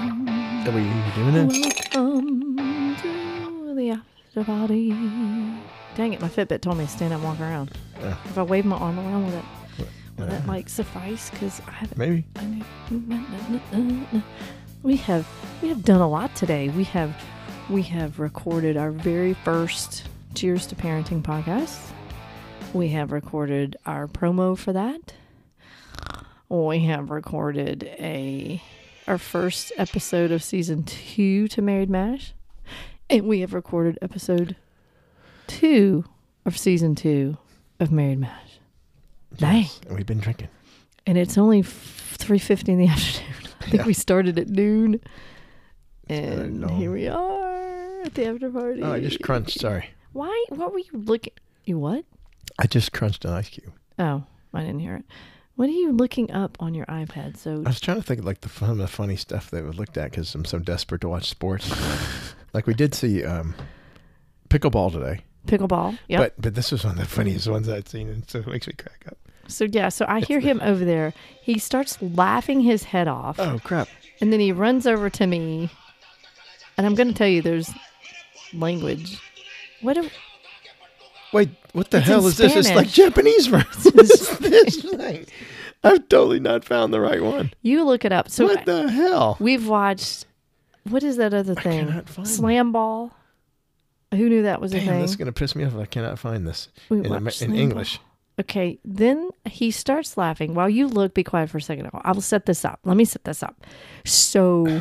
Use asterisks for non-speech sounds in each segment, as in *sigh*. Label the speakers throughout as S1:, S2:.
S1: Are we doing it?
S2: Welcome to the after party. Dang it, my Fitbit told me to stand up and walk around.
S1: Uh.
S2: If I wave my arm around with it, will
S1: Uh,
S2: that like suffice? Because I haven't.
S1: Maybe.
S2: I mean, we have we have done a lot today. We have we have recorded our very first Cheers to Parenting podcast. We have recorded our promo for that. We have recorded a our first episode of season two to Married Mash, and we have recorded episode two of season two of Married Mash. Dang
S1: And We've been drinking.
S2: and it's only three fifty in the *laughs* afternoon. I think
S1: Yeah.
S2: we started at noon,
S1: very
S2: and
S1: long.
S2: here we are at the after party.
S1: Oh, I just crunched. Sorry.
S2: Why? What were you looking? You what?
S1: I just crunched an ice cube.
S2: Oh, I didn't hear it. What are you looking up on your iPad? So
S1: I was trying to think of like the fun, the funny stuff that we looked at because I'm so desperate to
S2: *laughs*
S1: watch sports. like we did see um, pickleball today,
S2: pickleball. Yep.
S1: but but this was one of the funniest ones I'd seen, and so it makes me crack up.
S2: so yeah. So I hear him over there. He starts laughing his head off,
S1: Oh crap!
S2: and then he runs over to me, and I'm going to tell you there's language. What? do *laughs*
S1: Wait, what the
S2: It's in
S1: hell is this? It's like
S2: Spanish.
S1: Japanese versus *laughs* this thing. I've totally not found the right one.
S2: you look it up. So
S1: what the hell?
S2: We've watched what is that other thing?
S1: cannot find
S2: Slam ball. Who knew that was a
S1: Damn,
S2: thing?
S1: this is gonna piss me off. if I cannot find this
S2: We
S1: in, Amer-
S2: watched
S1: in
S2: Slam
S1: English.
S2: Okay, then he starts laughing. While you look, be quiet for a second. I will set this up. Let me set this up. So,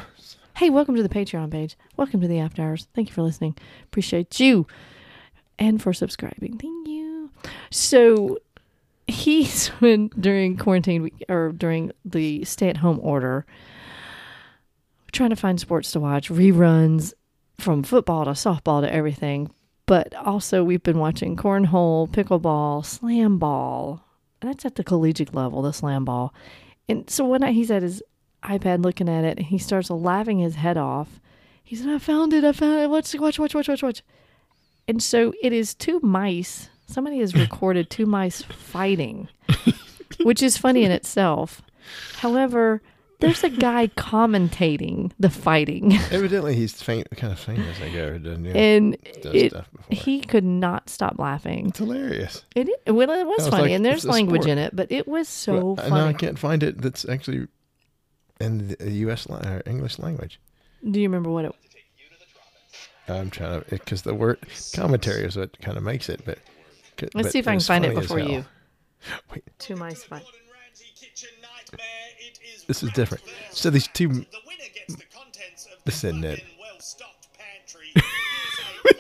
S2: hey, welcome to the Patreon page. Welcome to the After Hours. Thank you for listening. Appreciate you and for subscribing. Thank you. So, *laughs* he's when during quarantine week or during the stay at home order, trying to find sports to watch, reruns from football to softball to everything. But also, we've been watching cornhole, pickleball, slam ball. And that's at the collegiate level, the slam ball. And so one night he's at his iPad looking at it and he starts laughing his head off. He said, I found it. I found it. Watch, watch, watch, watch, watch, watch. And so it is two mice. Somebody has recorded two mice fighting, which is funny in itself. However, there's a guy commentating the fighting.
S1: Evidently, he's fam- kind of famous. I guess. Doesn't he?
S2: and
S1: does
S2: it,
S1: stuff before.
S2: he could not stop laughing.
S1: It's hilarious.
S2: It, i- well, it was
S1: was
S2: funny,
S1: like,
S2: and
S1: it's
S2: there's
S1: a
S2: language
S1: sport.
S2: in it, but it was so
S1: But, uh, now I
S2: funny.
S1: can't find it. That's actually in the uh, U.S. Li- or English language.
S2: Do you remember what it?
S1: I'm trying to because the word commentary is what kind of makes it. But c-
S2: Let's
S1: but
S2: see if I can
S1: was
S2: find it
S1: funny as
S2: before
S1: hell. *laughs*
S2: you.
S1: Wait,
S2: Two mice fight.
S3: Gordon Ramsay kitchen nightmare. It is
S1: this is different.
S3: Ransville.
S1: So these two
S3: the winner gets the contents of
S1: This
S3: the
S1: isn't it.
S3: fucking well-stocked
S1: *laughs*
S3: pantry.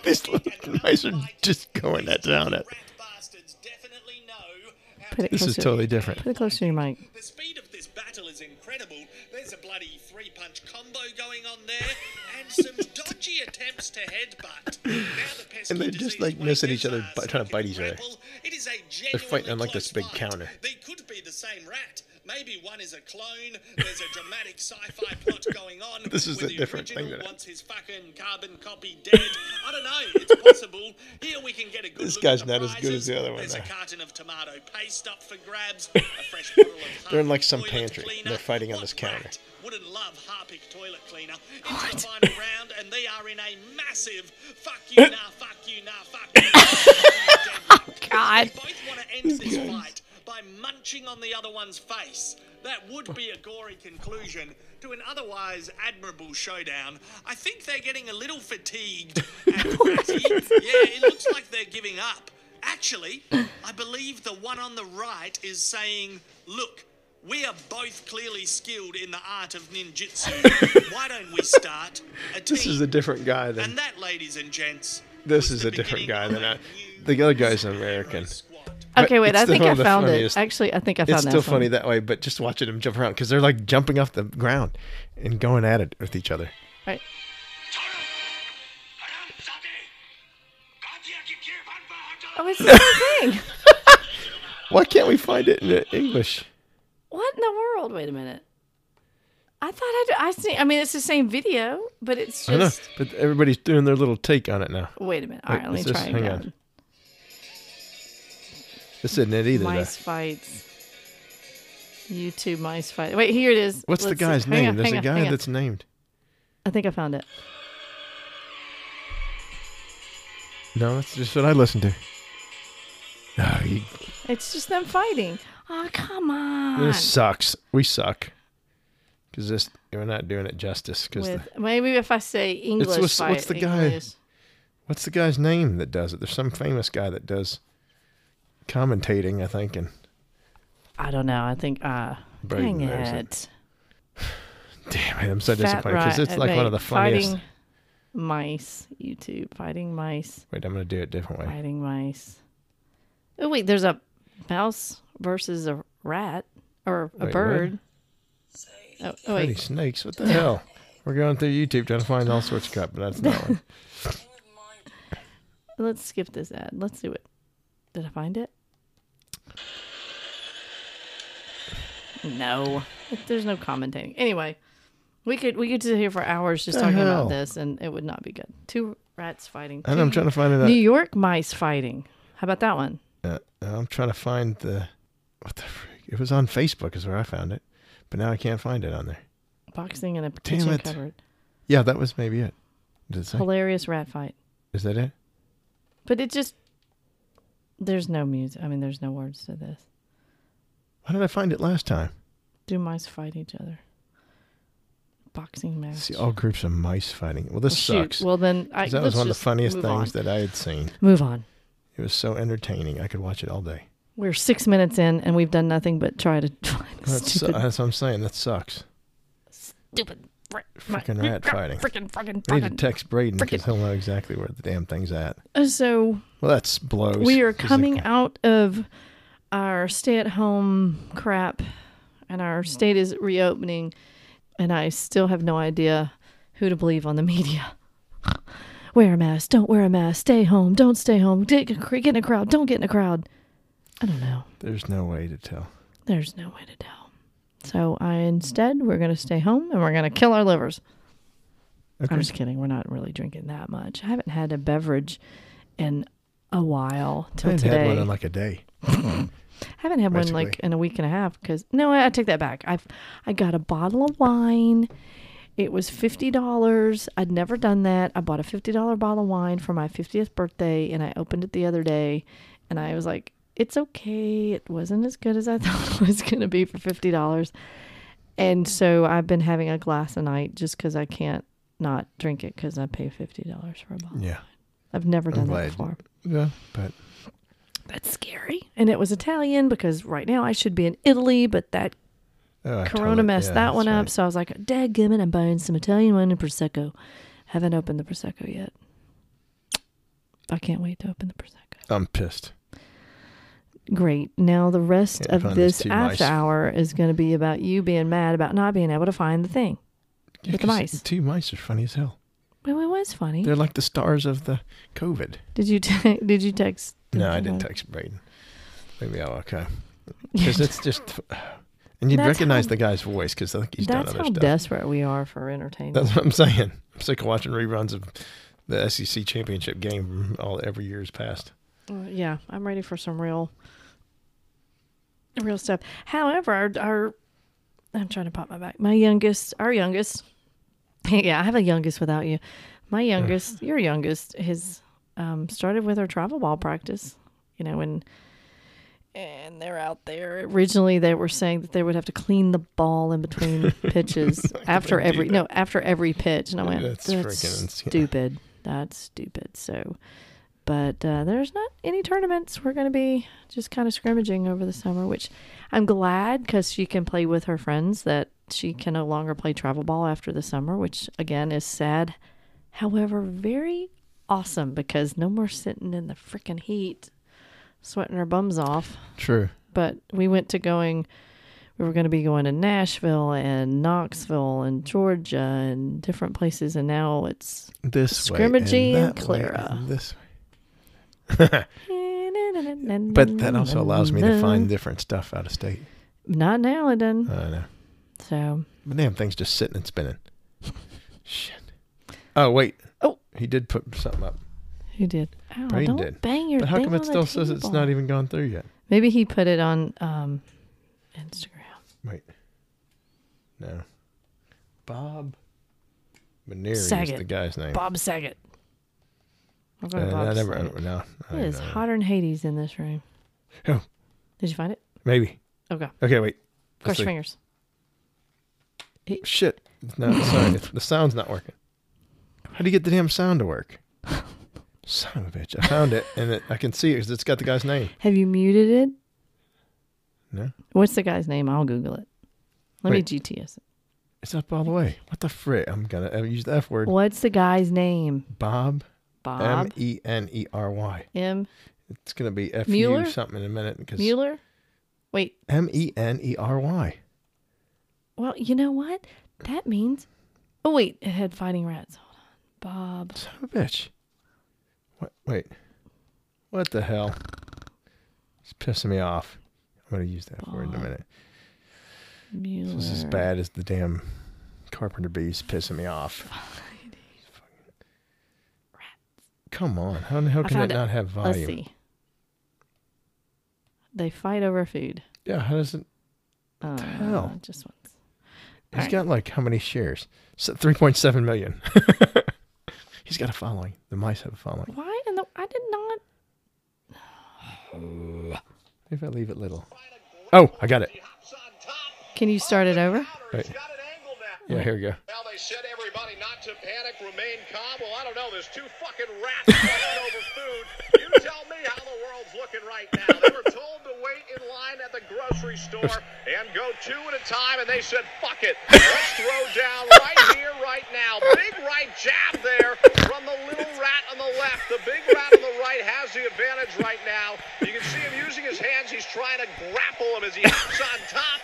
S3: Here's a
S1: these
S3: bucket
S1: little
S3: and
S1: mice are
S3: another
S1: just
S3: bite.
S1: going at
S3: These
S1: down
S3: little
S1: at.
S3: rat bastards definitely know how
S2: Put it
S1: This
S2: closer.
S1: is totally different.
S2: Put it closer to your mic.
S3: The speed of this battle is incredible. There's a bloody three punch combo going on there,
S1: *laughs*
S3: and some dodgy attempts to headbutt. Now the pesky
S1: And they're just,
S3: disease
S1: like,
S3: wake
S1: missing
S3: is
S1: each other,
S3: ours,
S1: bu- trying to bite
S3: like in
S1: each other.
S3: grapple. It is a
S1: fighting on, like,
S3: genuinely
S1: this
S3: close
S1: big
S3: fight.
S1: counter.
S3: They could be the same rat. Maybe one is a clone. There's a dramatic sci-fi
S1: *laughs*
S3: plot going on.
S1: This is
S3: where
S1: a
S3: the
S1: different thing
S3: original
S1: than I-
S3: wants his fucking carbon copy dead. I don't know. It's possible. Here we can get a good
S1: This
S3: look
S1: guy's
S3: at the
S1: not as good as the
S3: prizes.
S1: other one,
S3: There's a
S1: though.
S3: carton of tomato paste up for grabs.
S1: *laughs*
S3: A fresh bottle of
S1: They're in, like, some
S3: Harpic
S1: pantry.
S3: toilet
S1: They're fighting on
S3: What
S1: this counter.
S3: rat Wouldn't love Harpic toilet cleaner. Into the final round, and they are in a massive fuck you nah, fuck you nah, fuck you. nah, fuck you,
S2: God.
S3: They both want to end this fight by munching on the other one's face. That would be a gory conclusion to an otherwise admirable showdown. I think they're getting a little fatigued
S1: *laughs*
S3: and ratty. Yeah, it looks like they're giving up. Actually, I believe the one on the right is saying, Look, we are both clearly skilled in the art of ninjutsu. Why don't we start a team?
S1: this is a different guy than
S3: and that, ladies and gents,
S1: this
S3: was
S1: is
S3: the
S1: a different
S3: beginning
S1: guy
S3: of
S1: than
S3: a
S1: I.
S3: new
S1: The other guy's an American.
S3: squad.
S1: But
S2: Okay, wait.
S1: it's
S2: I
S1: the
S2: think
S1: one
S2: I
S1: of the
S2: found it.
S1: funniest.
S2: Actually, I think I found
S1: It's
S2: that
S1: still
S2: one.
S1: funny that way, but just watching them jump around because they're like jumping off the ground and going at it with each other.
S2: Right. Oh, it's the same
S1: *laughs*
S2: thing.
S1: Why can't we find it in uh, English?
S2: What in the world? Wait a minute. I thought I'd, I see. I mean, it's the same video, but it's
S1: I know,
S2: just.
S1: but everybody's doing their little take on it now.
S2: Wait a minute. All right,
S1: Wait,
S2: let
S1: it's
S2: me
S1: just-
S2: try
S1: hang
S2: again.
S1: on. This isn't it either. though.
S2: Mice fights. YouTube mice fight. Wait, here it is.
S1: What's the
S2: Let's see.
S1: guy's
S2: Hang
S1: name?
S2: on,
S1: There's
S2: hang
S1: a
S2: on,
S1: guy
S2: hang on.
S1: that's named.
S2: I think I found it.
S1: No, that's just what I listen to. Oh, you,
S2: It's just them fighting. Oh, come on.
S1: this sucks. We suck. Because this, we're not doing it justice. Because
S2: With, maybe if I say English,
S1: what's-
S2: fight,
S1: what's the guy?
S2: English.
S1: what's the guy's name that does it? There's some famous guy that does commentating, I think, and *laughs*
S2: I don't know. I think. Uh,
S1: Braden,
S2: dang
S1: there's
S2: it.
S1: it. damn it, I'm so disappointed because
S2: Ri-
S1: it's like one
S2: wait,
S1: of the funniest.
S2: Fighting mice. YouTube fighting mice.
S1: Wait, I'm gonna do it different way.
S2: Fighting mice. Oh wait, there's a mouse versus a rat or a
S1: Wait, what?
S2: bird. Oh, oh
S1: Pretty
S2: wait,
S1: snakes! What the hell? We're going through YouTube trying to find all sorts of crap, but
S2: *laughs*
S1: that's not one.
S2: let's skip this ad. Let's do it. Did I find it? No, there's no commentating. Anyway, we could we could sit here for hours just
S1: The
S2: talking
S1: hell?
S2: about this, and it would not be good. Two rats fighting.
S1: And I'm
S2: two
S1: trying to find
S2: New
S1: it.
S2: York mice fighting. How about that one?
S1: Uh, I'm trying to find the what the freak? It was on Facebook is where I found it, but now I can't find it on there.
S2: Boxing in a
S1: Damn
S2: kitchen
S1: it.
S2: cupboard.
S1: Yeah, that was maybe it. Did it say?
S2: Hilarious rat fight.
S1: Is that it?
S2: But it just there's no music. I mean, there's no words to this.
S1: Why did I find it last time?
S2: Do mice fight each other? Boxing match.
S1: See, all groups of mice fighting. Well, this
S2: Shoot.
S1: sucks.
S2: Well, then I,
S1: 'cause that was
S2: let's
S1: one of the
S2: just
S1: funniest
S2: move
S1: things
S2: on.
S1: that I had seen.
S2: Move on.
S1: It was so entertaining. I could watch it all day.
S2: We're six minutes in, and we've done nothing but try to *laughs* find *laughs*
S1: That's, uh,
S2: stupid,
S1: that's what I'm saying. That sucks.
S2: stupid rat,
S1: Freaking rat fighting.
S2: Freaking, freaking,
S1: I need to
S2: freaking.
S1: text Braden because he'll know exactly where the damn thing's at.
S2: Uh, so
S1: Well, that's blows.
S2: we are
S1: 'cause they-
S2: coming out of our stay-at-home crap, and our state is reopening, and I still have no idea who to believe on the media. *laughs* wear a mask. Don't wear a mask. Stay home. Don't stay home. Get get in a crowd. Don't get in a crowd. I don't know.
S1: There's no way to tell.
S2: There's no way to tell. So I instead we're gonna stay home and we're gonna kill our livers.
S1: Okay.
S2: I'm just kidding. We're not really drinking that much. I haven't had a beverage in a while
S1: I
S2: till
S1: haven't
S2: today.
S1: had one in like a day.
S2: haven't had one like
S1: basically.
S2: in a week and a half because no, I, I take that back. I've I got a bottle of wine. It was fifty dollars. I'd never done that. I bought a fifty dollar bottle of wine for my fiftieth birthday, and I opened it the other day, and I was like, "It's okay. It wasn't as good as I *laughs* thought it was gonna be for fifty dollars." And so I've been having a glass a night just because I can't not drink it because I pay fifty dollars for a bottle.
S1: Yeah.
S2: I've never done
S1: glad.
S2: that before.
S1: Yeah. But
S2: That's scary. And it was Italian because right now I should be in Italy, but that
S1: oh, I
S2: Corona
S1: totally-
S2: messed
S1: yeah,
S2: that one
S1: that's
S2: up. So I was like, dadgummit, I'm buying some Italian wine and Prosecco. Haven't opened the Prosecco yet. I can't wait to open the Prosecco.
S1: right. I'm pissed.
S2: Great. Now the rest
S1: Yeah,
S2: of
S1: find these
S2: this
S1: two
S2: after
S1: mice.
S2: hour is going to be about you being mad about not being able to find the thing.
S1: Yeah,
S2: With the
S1: 'cause
S2: mice.
S1: the Two mice are funny as hell.
S2: Well, it was funny.
S1: They're like the stars of the COVID.
S2: did you *laughs* te- did you text?
S1: No, I didn't text Braden. Maybe
S2: *laughs*
S1: I'll okay. Because it's just, *sighs* and you'd
S2: That's
S1: recognize
S2: how-
S1: the guy's voice because I think he's done
S2: That's
S1: other
S2: how
S1: stuff.
S2: desperate we are for entertainment.
S1: That's what I'm saying. I'm sick of watching reruns of the SEC championship game all every year's past.
S2: Uh, yeah, I'm ready for some real, real stuff. However, our, our I'm trying to pop my back. My youngest, our youngest, *laughs* yeah, I have a youngest without you. My youngest, your youngest, has um, started with her travel ball practice. You know, and and they're out there. Originally, they were saying that they would have to clean the ball in
S1: *laughs*
S2: between pitches after
S1: they do
S2: every
S1: that?
S2: no after every pitch, and I went,
S1: That's
S2: that's,
S1: freaking insane."
S2: stupid. That's stupid. So but uh, there's not any tournaments. We're going to be just kind of scrimmaging over the summer, which I'm glad because she can play with her friends that she can no longer play travel ball after the summer, which again is sad. However, very awesome because no more sitting in the freaking heat, sweating our bums off.
S1: True.
S2: But we went to going, we were going to be going to Nashville and Knoxville and Georgia and different places. And now it's
S1: This way and
S2: Scrimmaging
S1: that way
S2: Clara.
S1: and this way. *laughs* But that also allows me to find different stuff out of state.
S2: Not now, it doesn't.
S1: I know.
S2: So
S1: The damn thing's just sitting
S2: *laughs*
S1: and spinning. Shit. Oh wait.
S2: Oh.
S1: He did put something up.
S2: who did? Ow,
S1: Brain
S2: don't
S1: did.
S2: bang your
S1: But how
S2: thing
S1: come it
S2: on the
S1: still says it's
S2: table.
S1: not e- even gone through yet?
S2: Maybe he put it on um, Instagram.
S1: Wait. No. Bob. Maneri is
S2: Saget.
S1: the guy's name.
S2: Bob Saget. I'm
S1: Uh,
S2: going
S1: I
S2: Bob
S1: never. I
S2: Saget.
S1: don't- no, I
S2: It is
S1: don't know.
S2: hotter than Hades in this room.
S1: Oh,
S2: Did you find it?
S1: maybe.
S2: Okay.
S1: Okay, wait. Let's
S2: Cross
S1: see.
S2: your fingers.
S1: Shit. No, sorry. the sound's not working. How do you get the damn sound
S2: *laughs*
S1: to work? Son of a bitch. I found it and it, I can see it 'cause it's got the guy's name.
S2: Have you muted it?
S1: No?
S2: What's the guy's name? I'll Google it. Let
S1: Wait.
S2: me GTS it.
S1: It's up all the way. What the frick? I'm going to use the F word.
S2: What's the guy's name?
S1: Bob. M
S2: Bob
S1: E N E R Y.
S2: M.
S1: It's going to be F U
S2: Mueller?
S1: something in a minute because
S2: Mueller? Wait.
S1: M E N E R Y.
S2: Well, you know what? That means. Oh, wait. It had fighting rats. Hold on. Bob.
S1: Son of a bitch. What? Wait. What the hell? It's pissing me off. I'm going to use that F word in a minute.
S2: Mueller.
S1: This is as bad as the damn carpenter bees pissing me off. Come on. How in the hell
S2: I
S1: can it
S2: found it.
S1: not have
S2: Let's
S1: volume?
S2: see. They fight over food.
S1: Yeah, how does it?
S2: Uh,
S1: hell?
S2: Just once.
S1: He's
S2: Alright.
S1: got like how many shares? So 3.7 million. *laughs* he's got a following. The mice have a following.
S2: Why in the. I did not.
S1: If I leave it little. Oh, I got it.
S4: Hops on top.
S2: Can you start it over?
S4: Right.
S1: Right.
S4: Got an angle now.
S1: Yeah, here we go. *laughs*
S4: Well, they said everybody not to panic, remain calm. Well, I don't know. There's two fucking
S1: *laughs*
S4: rats fighting over food. You tell me how the world's looking right now. They were told to wait in line at the grocery store and go two at a time, and they said, fuck it. Let's throw down right here, right now. Big right jab there from the little rat on the left. The big rat on the right has the advantage right now. You can see him using his hands. He's trying to grapple him as he
S1: *laughs*
S4: hops on top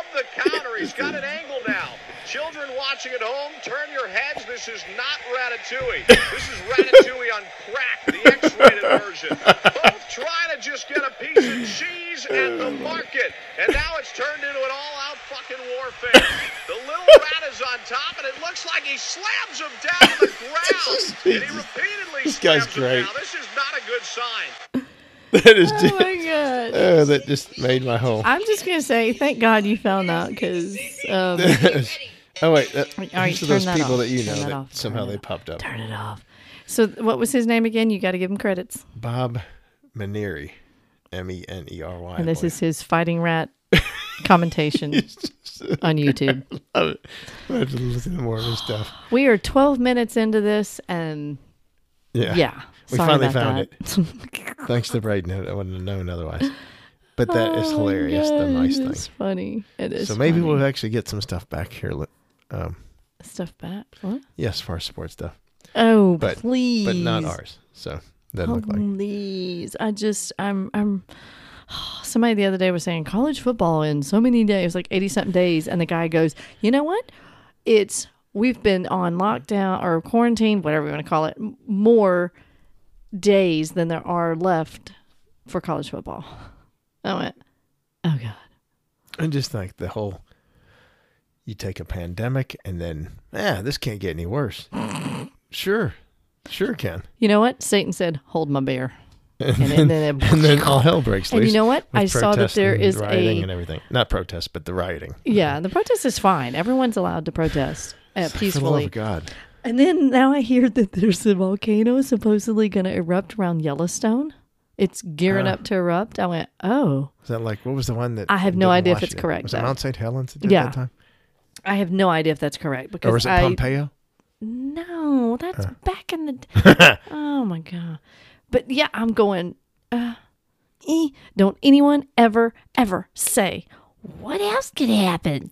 S4: of the counter. He's got an angle now. Children watching at home, turn your heads. This is not
S1: *laughs*
S4: Ratatouille. This is Ratatouille on crack, the X-rated version. Both trying to just get a piece of cheese at the
S1: Uh.
S4: market, and now it's turned into an all-out fucking warfare. The little rat is on top, and it looks like he slams him down
S1: *laughs*
S4: to the ground. and he repeatedly
S1: This guy's
S4: slams him
S1: great.
S4: down. This is not a good sign.
S1: That is
S2: Oh, my God.
S1: *laughs* oh, that just made my whole. *laughs*
S2: I'm just gonna say, thank God you found out because um,
S1: oh wait, that,
S2: All right,
S1: these are
S2: turn
S1: those
S2: that
S1: people
S2: off.
S1: that you
S2: Turn
S1: know
S2: that
S1: that
S2: off.
S1: somehow
S2: Turn
S1: they
S2: that
S1: popped up.
S2: turn it off. So, what was his name again? You got to give him credits.
S1: Bob Maneri, M E N E R Y.
S2: And this is his fighting
S1: *laughs*
S2: rat commentation on YouTube.
S1: I have to listen to more of his stuff.
S2: *sighs* We are 12 minutes into this, and
S1: Yeah.
S2: yeah,
S1: Ah, We
S2: sorry
S1: finally
S2: about
S1: found
S2: that. *laughs* it.
S1: Thanks to Brayden. I wouldn't have
S2: *laughs*
S1: known otherwise. But that is hilarious. the nice thing.
S2: Oh, It's funny. It is.
S1: So maybe
S2: funny.
S1: we'll actually get some stuff back here. li-
S2: stuff back. What?
S1: Yes, for our sports stuff,
S2: Oh,
S1: But- but
S2: please,
S1: but not ours. So that look like
S2: Um, Please, I just I'm I'm. *sighs* Somebody the other day was saying college football in so many days, like eighty something days, and the guy goes, "You know what? It's we've been on lockdown or quarantine, whatever you want to call it, m- more days than there are left for college football." I went, "Oh God."
S1: and just like the whole. You take a pandemic and then, ah, this can't get any *laughs* worse. sure, sure it can.
S2: You know what? Satan said, "Hold my
S1: *laughs*
S2: beer," and, then, then it,
S1: And then all hell breaks
S2: And you
S1: loose.
S2: know what?
S1: with
S2: I saw that
S1: protests
S2: there
S1: and
S2: is
S1: rioting
S2: a-
S1: and everything. Not protests, but the rioting.
S2: *laughs* yeah, the protest is fine. Everyone's allowed to protest uh,
S1: For the love
S2: peacefully.
S1: of God.
S2: And then now I hear that there's a volcano supposedly going to erupt around Yellowstone. It's gearing
S1: Huh.
S2: up to erupt. I went, oh,
S1: Is that like what was the one that
S2: I have
S1: did
S2: no
S1: in
S2: idea if it's
S1: Washington?
S2: correct,
S1: Was
S2: though.
S1: it Mount St. Helens that did
S2: Yeah.
S1: that time?
S2: I have no idea if that's correct because
S1: Or was it
S2: I
S1: Pompeo?
S2: no, that's back in the.
S1: *laughs*
S2: d- oh my god! But yeah, I'm going. Uh, eh, don't anyone ever ever say what else could happen.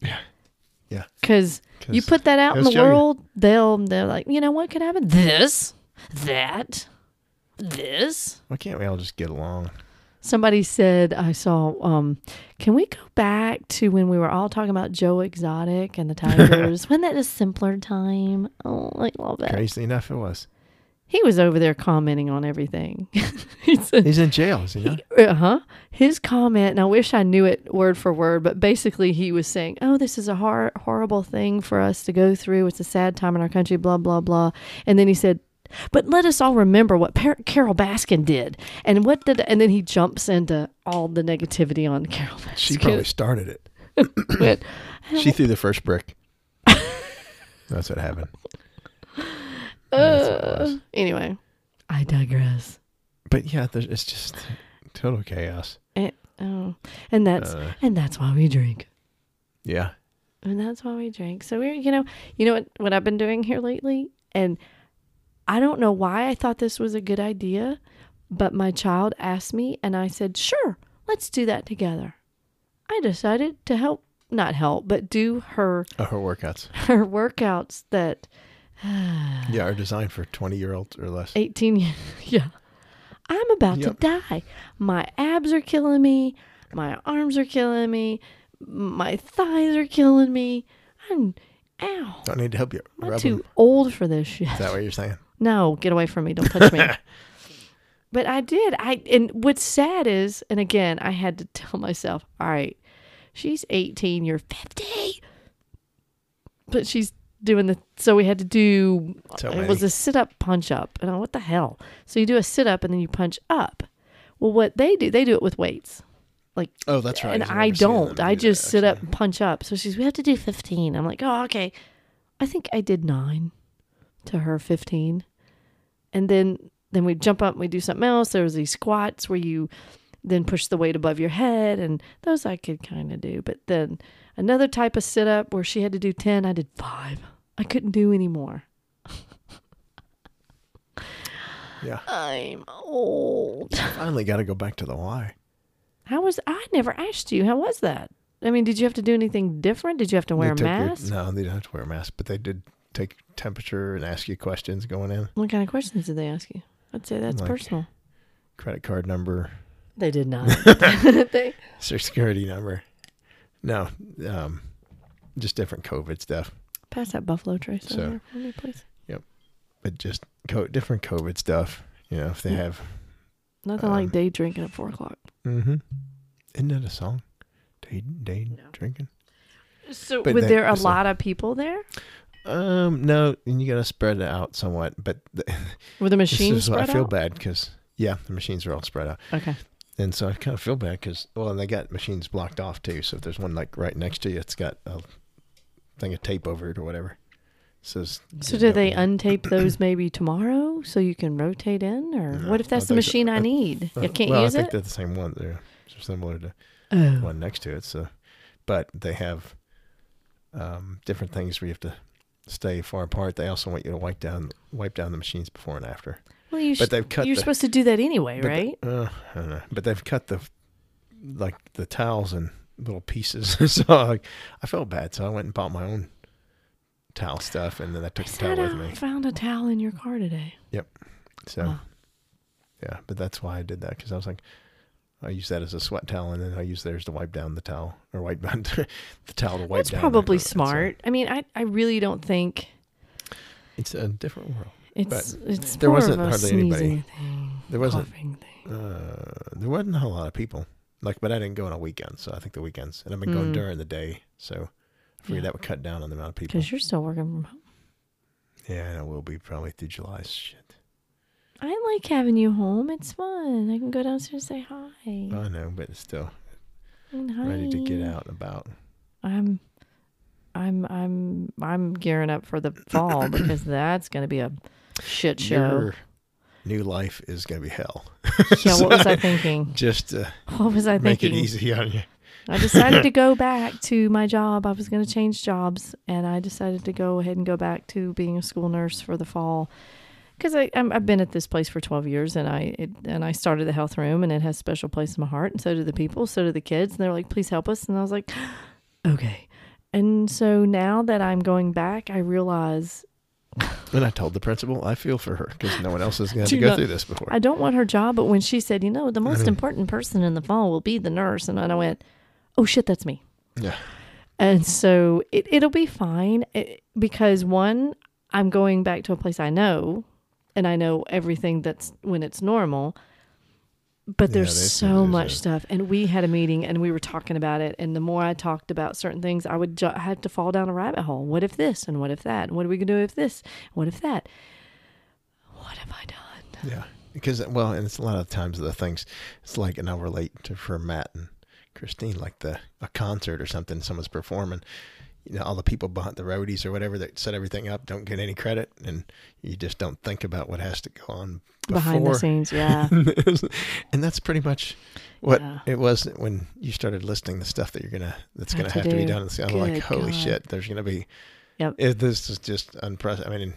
S1: Yeah.
S2: Because you
S1: 'Cause
S2: put that out in
S1: they'll
S2: the
S1: show you.
S2: world, they'll they're like, you know what could happen? This, that, this.
S1: Why can't we all just get along?
S2: Somebody said, I saw, um, can we go back to when we were all talking about Joe Exotic and the Tigers? Wasn't that a simpler time? Oh, I love it.
S1: Crazy enough, it was.
S2: He was over there commenting on everything. *laughs* he said,
S1: He's in jail, is he not?
S2: uh huh. His comment, and I wish I knew it word for word, but basically he was saying, oh, this is a hor- horrible thing for us to go through. It's a sad time in our country, blah, blah, blah. And then he said, but let us all remember what Par- Carol Baskin did, and what did, and then he jumps into all the negativity on Carol Baskin.
S1: She probably started it.
S2: But
S1: She threw the first brick. That's what happened. That's what it was.
S2: Anyway, I digress.
S1: But yeah, there's, it's just total chaos.
S2: It, oh, and that's
S1: Uh.
S2: and that's why we drink.
S1: Yeah.
S2: and that's why we drink. So we're, you know, you know what, what I've been doing here lately, and I don't know why I thought this was a good idea, but my child asked me, and I said, "Sure, let's do that together." I decided to help, not help, but do her
S1: Oh, her workouts.
S2: her workouts that
S1: Yeah, are designed for 20 year olds or less.
S2: 18 years. *laughs* Yeah. I'm about
S1: Yep.
S2: to die. My abs are killing me. My arms are killing me. My thighs are killing me. I'm, ow.
S1: Don't need to help you.
S2: I'm
S1: rub 'em.
S2: too old for this shit. *laughs*
S1: Is that what you're saying?
S2: No, get away from me. Don't touch me. but I did. I and what's sad is, and again, I had to *laughs* tell myself, all right, she's 18, you're 50. But she's doing the so we had to do
S1: So
S2: it
S1: many.
S2: was a sit up punch up. And I what the hell? So you do a sit up and then you punch up. Well, what they do, they do it with weights. Like
S1: Oh, that's right.
S2: and
S1: remember
S2: I
S1: seeing
S2: don't.
S1: them
S2: I
S1: do that,
S2: just sit up
S1: actually.
S2: and punch up. So she's, we have to do 15. I'm like, oh, okay. I think I did nine to her 15. And then, then we jump up and we do something else. There was these squats where you then push the weight above your head. And those I could kind of do. But then another type of sit up where she had to do 10, I did five. I couldn't do any more.
S1: Yeah.
S2: *laughs* I'm old.
S1: Finally got to go back to the why.
S2: How was, I never asked you, how was that? I mean, did you have to do anything different? Did you have to wear a
S1: They took your-
S2: mask?
S1: no, they didn't have to wear a mask, but they did take temperature and ask you questions going in.
S2: What kind of questions did they ask you? I'd say that's
S1: Like-
S2: personal.
S1: Credit card number, *laughs*
S2: They did not. *laughs* they,
S1: social security number. No, um, just different COVID stuff.
S2: pass that buffalo trace
S1: So-
S2: over there for me, please.
S1: But just co- different COVID stuff. You know, if they have.
S2: Nothing
S1: uh,
S2: like day drinking at four o'clock.
S1: Mm-hmm. Isn't that a song? Day, day drinking.
S2: So,
S1: but
S2: were
S1: that-
S2: there a
S1: so-
S2: lot of people there?
S1: Um, no, and you got to spread it out somewhat. But the,
S2: Were the
S1: *laughs* this
S2: machines
S1: is
S2: spread
S1: what I feel
S2: out?
S1: bad because yeah, the machines are all spread out.
S2: Okay.
S1: And so I kind of feel bad because, well, and they got machines blocked off too. So if there's one like right next to you, it's got a thing of tape over it or whatever. So, it's-
S2: So, do they untape
S1: *clears throat*
S2: those maybe tomorrow so you can rotate in, or what if
S1: I
S2: that's the
S1: think so.
S2: machine I
S1: I-
S2: need?
S1: Oh, Uh,
S2: you can't
S1: well,
S2: use
S1: I think
S2: it.
S1: they're the same one. They're, they're similar to the
S2: oh,
S1: one next to it. So, but they have um, different things where you have to stay far apart. They also want you to wipe down wipe down the machines before and after.
S2: well, you
S1: but
S2: sh-
S1: they've cut
S2: You're
S1: the-
S2: supposed to do that anyway,
S1: But the-
S2: right?
S1: uh, I don't know. But they've cut the like the towels in little pieces. *laughs* so like, I felt bad, so I went and bought my own towel stuff, and then I took
S2: I
S1: the towel
S2: said
S1: with
S2: I
S1: me.
S2: found a towel in your car today.
S1: Yep. So
S2: Wow.
S1: yeah, but that's why I did that because I was like, I use that as a sweat towel, and then I use theirs to wipe down the towel or wipe down *laughs* the towel to wipe
S2: That's
S1: down. the
S2: probably
S1: carpet. So
S2: smart. I mean, I, I really don't think
S1: it's a different world.
S2: It's it's
S1: there
S2: more
S1: wasn't
S2: of a
S1: hardly
S2: sneezing
S1: anybody.
S2: Thing,
S1: There wasn't-
S2: coughing thing.
S1: Uh, there wasn't a whole lot of people. Like, but I didn't go on a weekend, so I think the weekends, and I've been going during the day, so I figured
S2: Mm. Yeah.
S1: that would cut down on the amount of people.
S2: because you're still working from home.
S1: Yeah, and it will be probably through July. Shit,
S2: I like having you home. It's fun. I can go downstairs and say hi.
S1: I know, but it's still
S2: And hi.
S1: ready to get out and about.
S2: I'm, I'm, I'm, I'm gearing up for the fall because that's going to be a shit show.
S1: Your new life is gonna be hell. *laughs*
S2: Yeah, what was I thinking?
S1: Just
S2: *laughs*
S1: to
S2: What was I
S1: make it
S2: thinking?
S1: easy on you.
S2: I decided to go back to my job. I was going to change jobs, and I decided to go ahead and go back to being a school nurse for the fall because I'm, I've been at this place for 12 years, and I it, and I started the health room, and it has a special place in my heart, and so do the people, so do the kids, and they're like, "Please help us," and I was like, *gasps* "Okay." And so now that I'm going back, I realize
S1: And I told the principal, I feel for her because no one else is gonna have to
S2: Do
S1: go
S2: not-
S1: through this before.
S2: I don't want her job. But when she said, "You know, the most important person in the fall will be the nurse," and I went, "Oh shit, that's me."
S1: yeah,
S2: And so it, it'll be fine it, because one, I'm going back to a place I know and I know everything that's when it's normal. But there's
S1: that's-
S2: so
S1: there's
S2: much
S1: a-
S2: stuff. And we had a meeting and we were talking about it. And the more I talked about certain things, I would ju- have to fall down a rabbit hole. What if this? And what if that? And what are we going to do if this? What if that? What have I done?
S1: yeah. Because well, and it's a lot of times the things. It's like, and I'll relate to for Matt and Christine, like the a concert or something. Someone's performing. you know all the people behind the roadies or whatever that set everything up don't get any credit, and you just don't think about what has to go on
S2: behind the
S1: before.
S2: scenes. Yeah.
S1: *laughs* and that's pretty much what
S2: Yeah.
S1: it was when you started listing the stuff that you're gonna that's
S2: Have
S1: gonna
S2: to
S1: have to be
S2: do.
S1: done. I'm
S2: Good
S1: like, holy
S2: God.
S1: shit, there's gonna be.
S2: Yep.
S1: It, this is just unprecedented. I mean,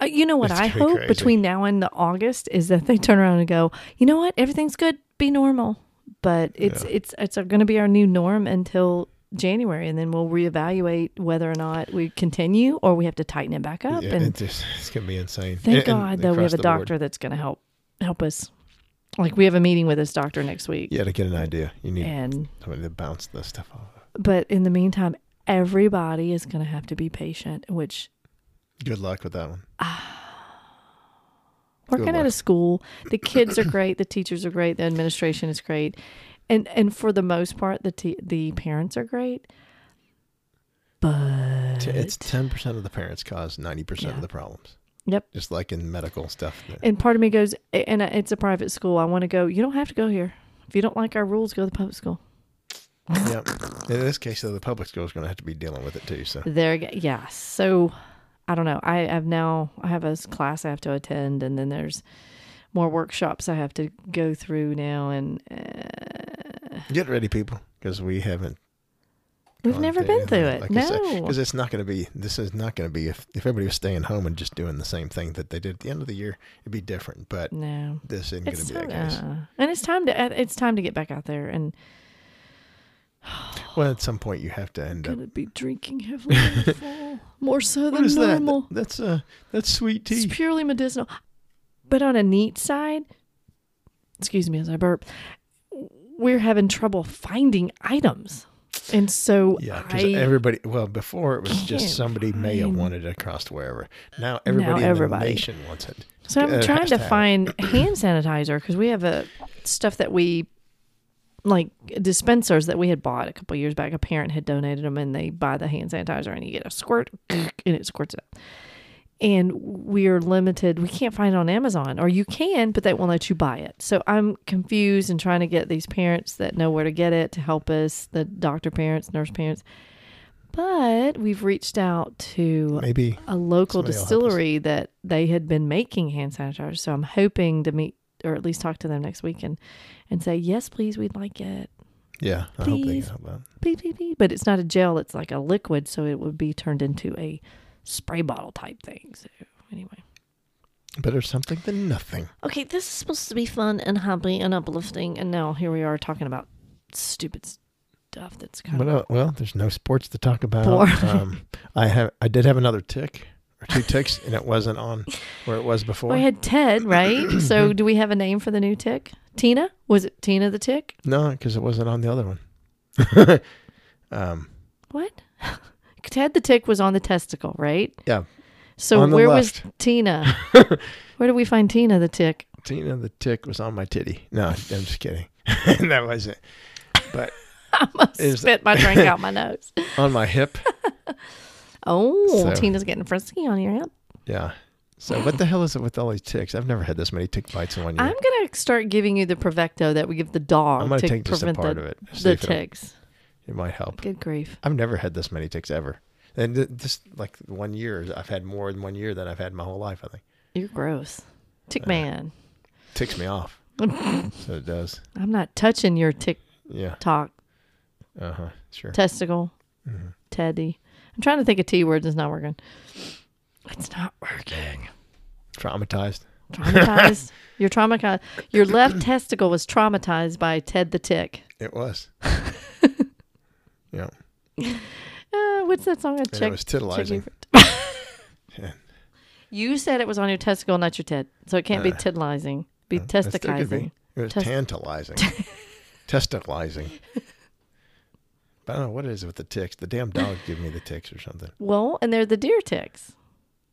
S2: Uh, you know what
S1: It's
S2: I
S1: gonna be
S2: hope
S1: crazy.
S2: between now and the August is that they turn around and go, you know what, everything's good, be normal. But it's it's it's going to be our new norm until January, and then we'll reevaluate whether or not we continue or we have to tighten it back up.
S1: yeah,
S2: and
S1: it just, it's gonna be insane.
S2: thank
S1: And- and
S2: God though we have
S1: across
S2: a
S1: the board.
S2: doctor that's going to help help us. Like we have a meeting with this doctor next week,
S1: Yeah, to get an idea, you need
S2: and
S1: somebody to bounce this stuff off.
S2: but in the meantime, everybody is going to have to be patient, which
S1: Good luck with that one.
S2: working at
S1: luck.
S2: a school the kids are great the teachers are great the administration is great and and for the most part the te- the parents are great but
S1: T- It's ten percent of the parents cause ninety percent
S2: Yeah.
S1: of the problems.
S2: yep
S1: Just like in medical stuff. that-
S2: and part of me goes and it's a private school i want to go you don't have to go here if you don't like our rules go to the public school
S1: yeah. In this case, though, the public school is going to have to be dealing with it too. So
S2: there you go. yeah so i don't know i have now i have a s- class i have to attend and then there's more workshops i have to go through now and uh,
S1: get ready, people, because we haven't.
S2: we've never been through it no
S1: Because it's not going to be. This is not going to be. If if everybody was staying home and just doing the same thing that they did at the end of the year, it'd be different. But
S2: no
S1: this isn't going
S2: It's
S1: to be that
S2: time,
S1: case.
S2: uh, and it's time to uh, it's time to get back out there and
S1: Well, at some point, you have to end up.
S2: gonna be drinking
S1: *laughs*
S2: heavily in the fall, more so
S1: What
S2: than
S1: is that? E.
S2: normal.
S1: That's uh, that's sweet tea.
S2: It's purely medicinal, but on a neat side, excuse me as I burp, we're having trouble finding items, and so
S1: Yeah, because
S2: I
S1: everybody. Well, before it was
S2: can't
S1: just somebody may have wanted it across to wherever. Now everybody
S2: everybody.
S1: in the nation wants it.
S2: so I'm
S1: Uh,
S2: trying to
S1: hashtag.
S2: find hand sanitizer because we have a stuff that we like dispensers that we had bought a couple years back. A parent had donated them, and they buy the hand sanitizer, and you get a squirt, *clears throat* and it squirts it out. And we're limited; we can't find it on Amazon, or you can, but they won't let you buy it. So I'm confused and trying to get these parents that know where to get it to help us, the doctor parents, nurse parents. But we've reached out to
S1: Maybe
S2: a local
S1: Somebody will help us.
S2: distillery that they had been making hand sanitizer. So I'm hoping to meet or at least talk to them next week and, and say, yes, please, we'd like it.
S1: Yeah, I hope they
S2: Please.
S1: can help out.
S2: Beep, beep, beep. But it's not a gel, it's like a liquid. So it would be turned into a spray bottle type thing. So anyway.
S1: Better something than nothing.
S2: Okay, this is supposed to be fun and happy and uplifting. And now here we are talking about stupid stuff that's kind
S1: What
S2: of.
S1: el uh, well, there's no sports to talk about.
S2: Boring.
S1: *laughs* Um, I have I did have another tick or two ticks, and it wasn't on where it was before.
S2: We had Ted,
S1: *clears throat*
S2: right? so do we have a name for the new tick? Tina? Was it Tina the tick?
S1: No, because it wasn't on the other one. um,
S2: What? *laughs* Ted the Tick was on the testicle, right?
S1: yeah,
S2: So
S1: On the
S2: where was
S1: left. *laughs*
S2: Tina? where do we find Tina the Tick?
S1: Tina the tick was on my titty. No, I'm just kidding. *laughs* that wasn't. But
S2: I must
S1: Is-
S2: spit my
S1: *laughs*
S2: drink out my nose.
S1: on my hip.
S2: Oh,
S1: So-
S2: Tina's getting frisky on your hip.
S1: Yeah. So what the hell is it with all these ticks? I've never had this many tick bites in one year.
S2: I'm gonna start giving you the Provecto that we give the dog
S1: I'm gonna
S2: to
S1: take just a
S2: prevent
S1: part
S2: the,
S1: of it, see
S2: the
S1: if it'll-
S2: ticks.
S1: it might help.
S2: Good grief.
S1: I've never had this many ticks ever. And th- this like one year, I've had more in one year than I've had my whole life. I think
S2: You're gross.
S1: Uh.
S2: Tick man.
S1: ticks me off. so it does.
S2: I'm not touching your tick
S1: Yeah.
S2: tock
S1: Uh huh. Sure.
S2: testicle.
S1: Mm-hmm.
S2: Teddy. I'm trying to think of T words, it's not working. It's not working.
S1: Traumatized. *laughs*
S2: traumatized. You're traumatized. Your left
S1: *clears throat*
S2: testicle was traumatized by Ted the Tick. *laughs*
S1: It was. yeah.
S2: Uh, what's that song? I checked.
S1: was titillizing.
S2: checked- *laughs* you said it was on your testicle, not your Ted. So it can't be titillizing. Be
S1: That's- that could
S2: testicizing.
S1: be. It was
S2: Test-
S1: tantalizing.
S2: *laughs*
S1: Testicalizing. But I don't know what it is with the ticks. The damn dog give me the ticks or something.
S2: Well, and they're the deer ticks.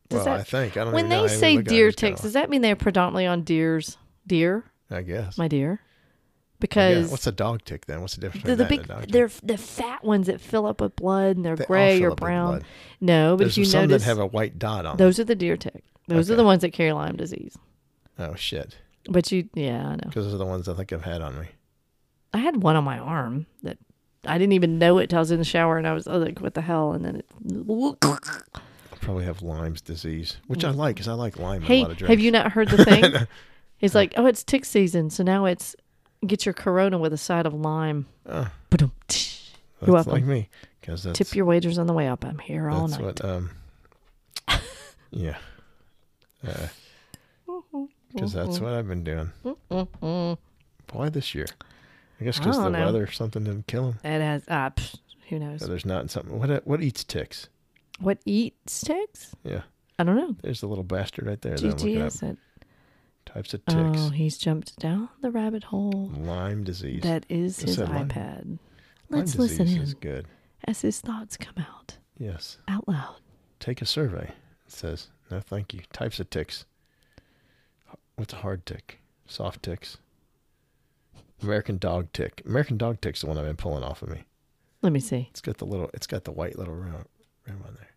S1: Well,
S2: that-
S1: I think I don't.
S2: When
S1: even know. Oh, I
S2: they
S1: didn't
S2: say
S1: look at it. I
S2: deer
S1: just kinda
S2: ticks, does that mean they're predominantly on deers? Deer,
S1: like- I guess.
S2: my dear,
S1: yeah.
S2: because
S1: What's a dog tick then? What's the difference
S2: the,
S1: between
S2: the
S1: that and
S2: big,
S1: a dog tick?
S2: they're the fat ones that fill up with blood and they're
S1: They all
S2: gray
S1: fill
S2: or
S1: up with
S2: brown.
S1: blood.
S2: No, but
S1: There's
S2: if you
S1: some
S2: notice,
S1: that have a white dot on. them.
S2: Those are the deer tick. Those are
S1: Okay.
S2: the ones that carry Lyme disease.
S1: Oh shit!
S2: But you, yeah, I know.
S1: Because those are the ones I think I've had on me.
S2: I had one on my arm that I didn't even know it till I was in the shower and I was, I was like, what the hell? And then it.
S1: I probably have Lyme's disease, which I like because I like Lyme in
S2: Mm. Hey,
S1: a lot of drinks.
S2: have you not heard the thing?
S1: *laughs*
S2: It's like, oh, it's tick season. So now it's get your corona with a side of lime. Ba-dum, tsh.
S1: That's
S2: You're welcome.
S1: like me because that's,
S2: Tip your wagers on the way up. I'm here all
S1: that's
S2: night.
S1: what. Um,
S2: *laughs*
S1: yeah. Because that's what I've been doing. Why this year? I guess because
S2: I
S1: the
S2: don't know.
S1: weather, something didn't kill him.
S2: It has, uh, psh, who knows?
S1: There's not something. What what eats ticks?
S2: What eats ticks?
S1: Yeah,
S2: I don't know.
S1: there's the little bastard right there. that I'm
S2: GG
S1: looking up.
S2: is it?
S1: Types of ticks.
S2: Oh, he's jumped down the rabbit hole.
S1: Lyme disease.
S2: That is his
S1: said Lyme.
S2: iPad.
S1: Lyme
S2: Let's listen
S1: disease
S2: in
S1: is good.
S2: as his thoughts come out
S1: Yes.
S2: out loud.
S1: Take a survey. It says no, thank you. Types of ticks. What's a hard tick? Soft ticks. American dog tick. American dog tick's the one I've been pulling off of me.
S2: Let me see.
S1: It's got the little. It's got the white little round rim on there.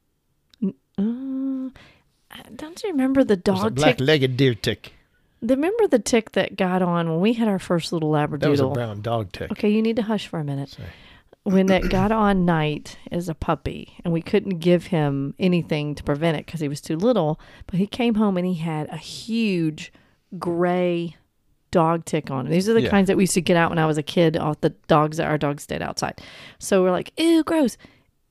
S2: Uh, don't you remember the
S1: There's a
S2: dog tick?
S1: black-legged deer tick.
S2: Remember the tick that got on when we had our first little
S1: That was a
S2: labradoodle?
S1: brown dog tick.
S2: Okay, you need to hush for a minute.
S1: Sorry.
S2: When that got on Knight as a puppy, and we couldn't give him anything to prevent it because he was too little, but he came home and he had a huge gray dog tick on him. These are the
S1: Yeah.
S2: kinds that we used to get out when I was a kid off the dogs that our dogs stayed outside. So we're like, ew, gross.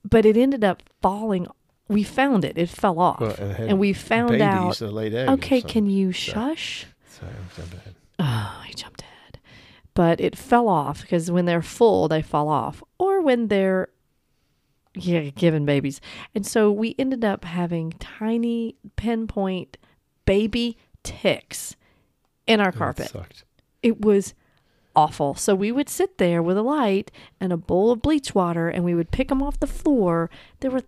S2: But it ended up falling. We found it. It fell off.
S1: Well, and it had
S2: and we found
S1: Babies
S2: out.
S1: that laid eggs. or
S2: Okay,
S1: something.
S2: can you shush?
S1: Sorry, I'm jumping ahead.
S2: Oh, he jumped ahead. But it fell off because when they're full, they fall off, or when they're yeah, given babies. And so we ended up having tiny pinpoint baby ticks in our
S1: That
S2: carpet.
S1: sucked.
S2: It was awful. So we would sit there with a light and a bowl of bleach water, and we would pick them off the floor. There were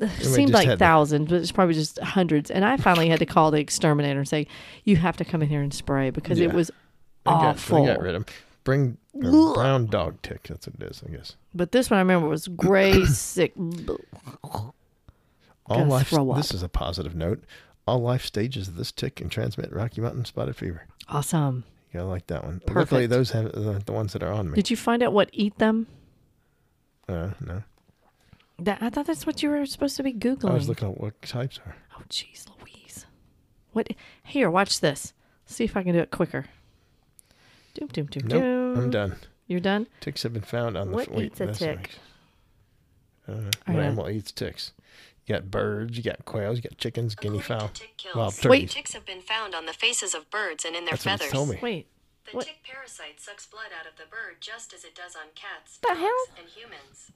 S2: it seemed
S1: just
S2: like
S1: had the-
S2: thousands, but it's probably just hundreds. And I finally had to call the exterminator and say, "You have to come in here and spray because
S1: Yeah.
S2: it was
S1: They got-
S2: awful."
S1: They got rid of 'em. Bring or brown dog tick. That's what it is, I guess.
S2: But this one I remember was
S1: *clears throat*
S2: gray, sick.
S1: All
S2: Gotta
S1: life.
S2: throw
S1: This
S2: up.
S1: is a positive note. All life stages of this tick can transmit Rocky Mountain spotted fever.
S2: Awesome.
S1: You gotta like that one. Luckily,
S2: Perfect.
S1: those have uh, the ones that are on me.
S2: Did you find out what eat them?
S1: Uh, no,
S2: That I thought that's what you were supposed to be googling.
S1: I was looking at what types are.
S2: Oh, jeez, Louise. What? Here, watch this. See if I can do it quicker. Doom, doom, doom,
S1: Nope,
S2: doom.
S1: I'm done.
S2: You're done.
S1: Ticks have been found on the.
S2: What
S1: f- wait,
S2: eats a
S1: that's
S2: tick?
S1: next. I don't know.
S2: All
S1: What
S2: right.
S1: animal eats ticks? You got birds. You got quails. You got chickens. Guinea
S5: According to
S1: fowl.
S5: tick kills,
S1: Wild
S5: tick
S1: turkeys.
S5: Ticks have been found on the faces of birds and in their
S1: That's what
S5: feathers.
S1: it told me.
S2: Wait.
S5: The
S2: What?
S5: tick parasite sucks blood out of the bird just as it does on cats,
S2: The
S5: dogs,
S2: hell?
S5: and humans.